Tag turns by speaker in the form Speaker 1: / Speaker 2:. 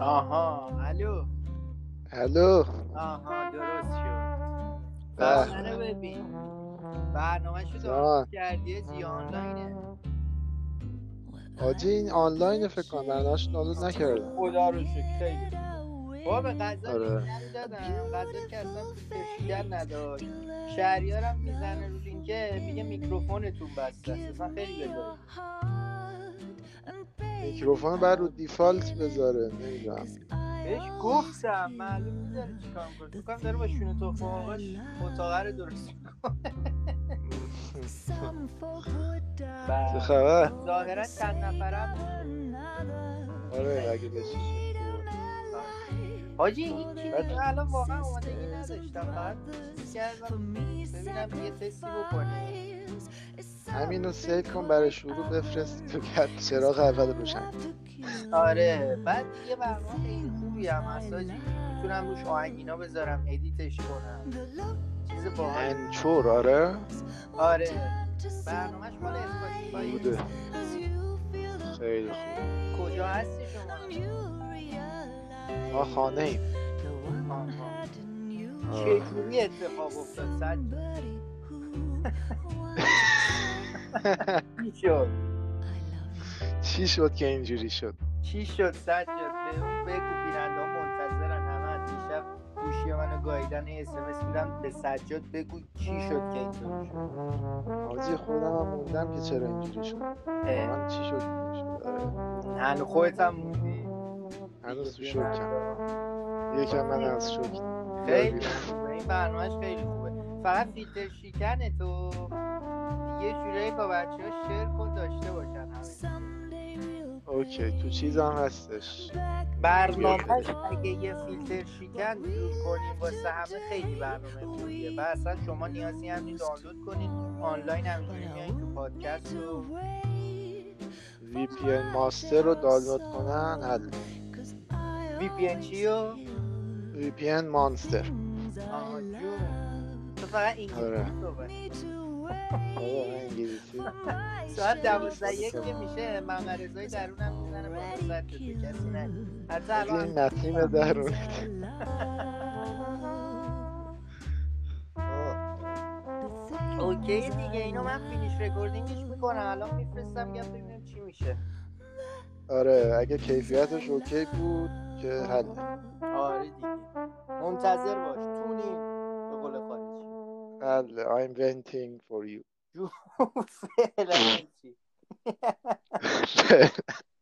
Speaker 1: آها الو
Speaker 2: الو
Speaker 1: آها درست شد
Speaker 2: به.
Speaker 1: برنامه رو ببین برنامه شو
Speaker 2: بله. جان.
Speaker 1: درست کردیه زی آنلاینه
Speaker 2: آجی این آنلاین فکر کنم برنامه‌اش دانلود نکردم
Speaker 1: خدا رو شکر خیلی بابا به غذا
Speaker 2: آره.
Speaker 1: لینکم دادم غذا که اصلا کشیدن نداشت شهریارم میزنه رو لینکه میگه میکروفونتون بسته است اصلا خیلی بذارید
Speaker 2: میکروفون بعد رو دیفالت بذاره نمیدونم
Speaker 1: بهش گفتم معلوم میداره چیکار میکنه فکر کنم داره با شونه تخم مرغاش اتاقه رو درست می‌کنه.
Speaker 2: چه
Speaker 1: بعد
Speaker 2: خبر
Speaker 1: ظاهرا چند نفرم
Speaker 2: آره اگه بشه
Speaker 1: حاجی این چیزی
Speaker 2: بعد-
Speaker 1: که الان واقعا آمادگی نداشتم فقط چیزی کردم ببینم یه تستی بکنه
Speaker 2: همین رو سیف کن برای شروع بفرست تو کرد چراغ اول روشن
Speaker 1: آره بعد یه برنامه خیلی خوبی هم هست حاجی. میتونم روش آهنگینا بذارم ادیتش کنم چیز باحال
Speaker 2: انچور آره
Speaker 1: آره برنامهش مال اسپاتیفای
Speaker 2: بوده خیلی خوب
Speaker 1: کجا هستی شما
Speaker 2: ما خانه ایم
Speaker 1: آها.
Speaker 2: آره.
Speaker 1: چجوری اتفاق افتاد سج چی شد
Speaker 2: چی شد که اینجوری شد
Speaker 1: چی شد سجاد به اون بگو بیننده ها منتظرن همه از دیشب گوشی منو گاییدن یه اسمس میدم به سجاد بگو چی شد که اینطوری شد
Speaker 2: آجی خودم هم موندم که چرا اینجوری شد
Speaker 1: اه،
Speaker 2: من چی شد که اینجوری شد آره.
Speaker 1: هنو خودت هم موندی
Speaker 2: هنوز تو شکم یکم من از شکم
Speaker 1: خیلی خوبه این برنامهش خیلی خوبه فقط فیلتر شکن تو یه جورایی با بچه ها شیر کن داشته باشن همه
Speaker 2: اوکی تو چیزم هستش
Speaker 1: برنامهش اگه یه فیلتر شکن دور کنیم واسه همه خیلی برنامه خوبیه و اصلا شما نیازی هم نیست دانلود کنین آنلاین همینجوری میایین تو پادکست و
Speaker 2: وی پی ان ماستر رو دانلود کنن حل
Speaker 1: وی پی ان چی و
Speaker 2: وی پی ان مانستر
Speaker 1: آها جون تو فقط
Speaker 2: آره.
Speaker 1: انگلیسی صحبت
Speaker 2: آقا انگلیسی
Speaker 1: ساعت دوازده یک که میشه محمد رضای درونم میزنه با صورت به کسی نه حتی
Speaker 2: از
Speaker 1: الان
Speaker 2: این نسیم درون
Speaker 1: اوکی دیگه اینو من فینیش رکوردینگش میکنم الان میفرستم گپ ببینم چی میشه
Speaker 2: آره اگه کیفیتش اوکی بود که حل
Speaker 1: آره دیگه منتظر باش تونی به قول خارجی
Speaker 2: حل I'm waiting for you
Speaker 1: فعلا چی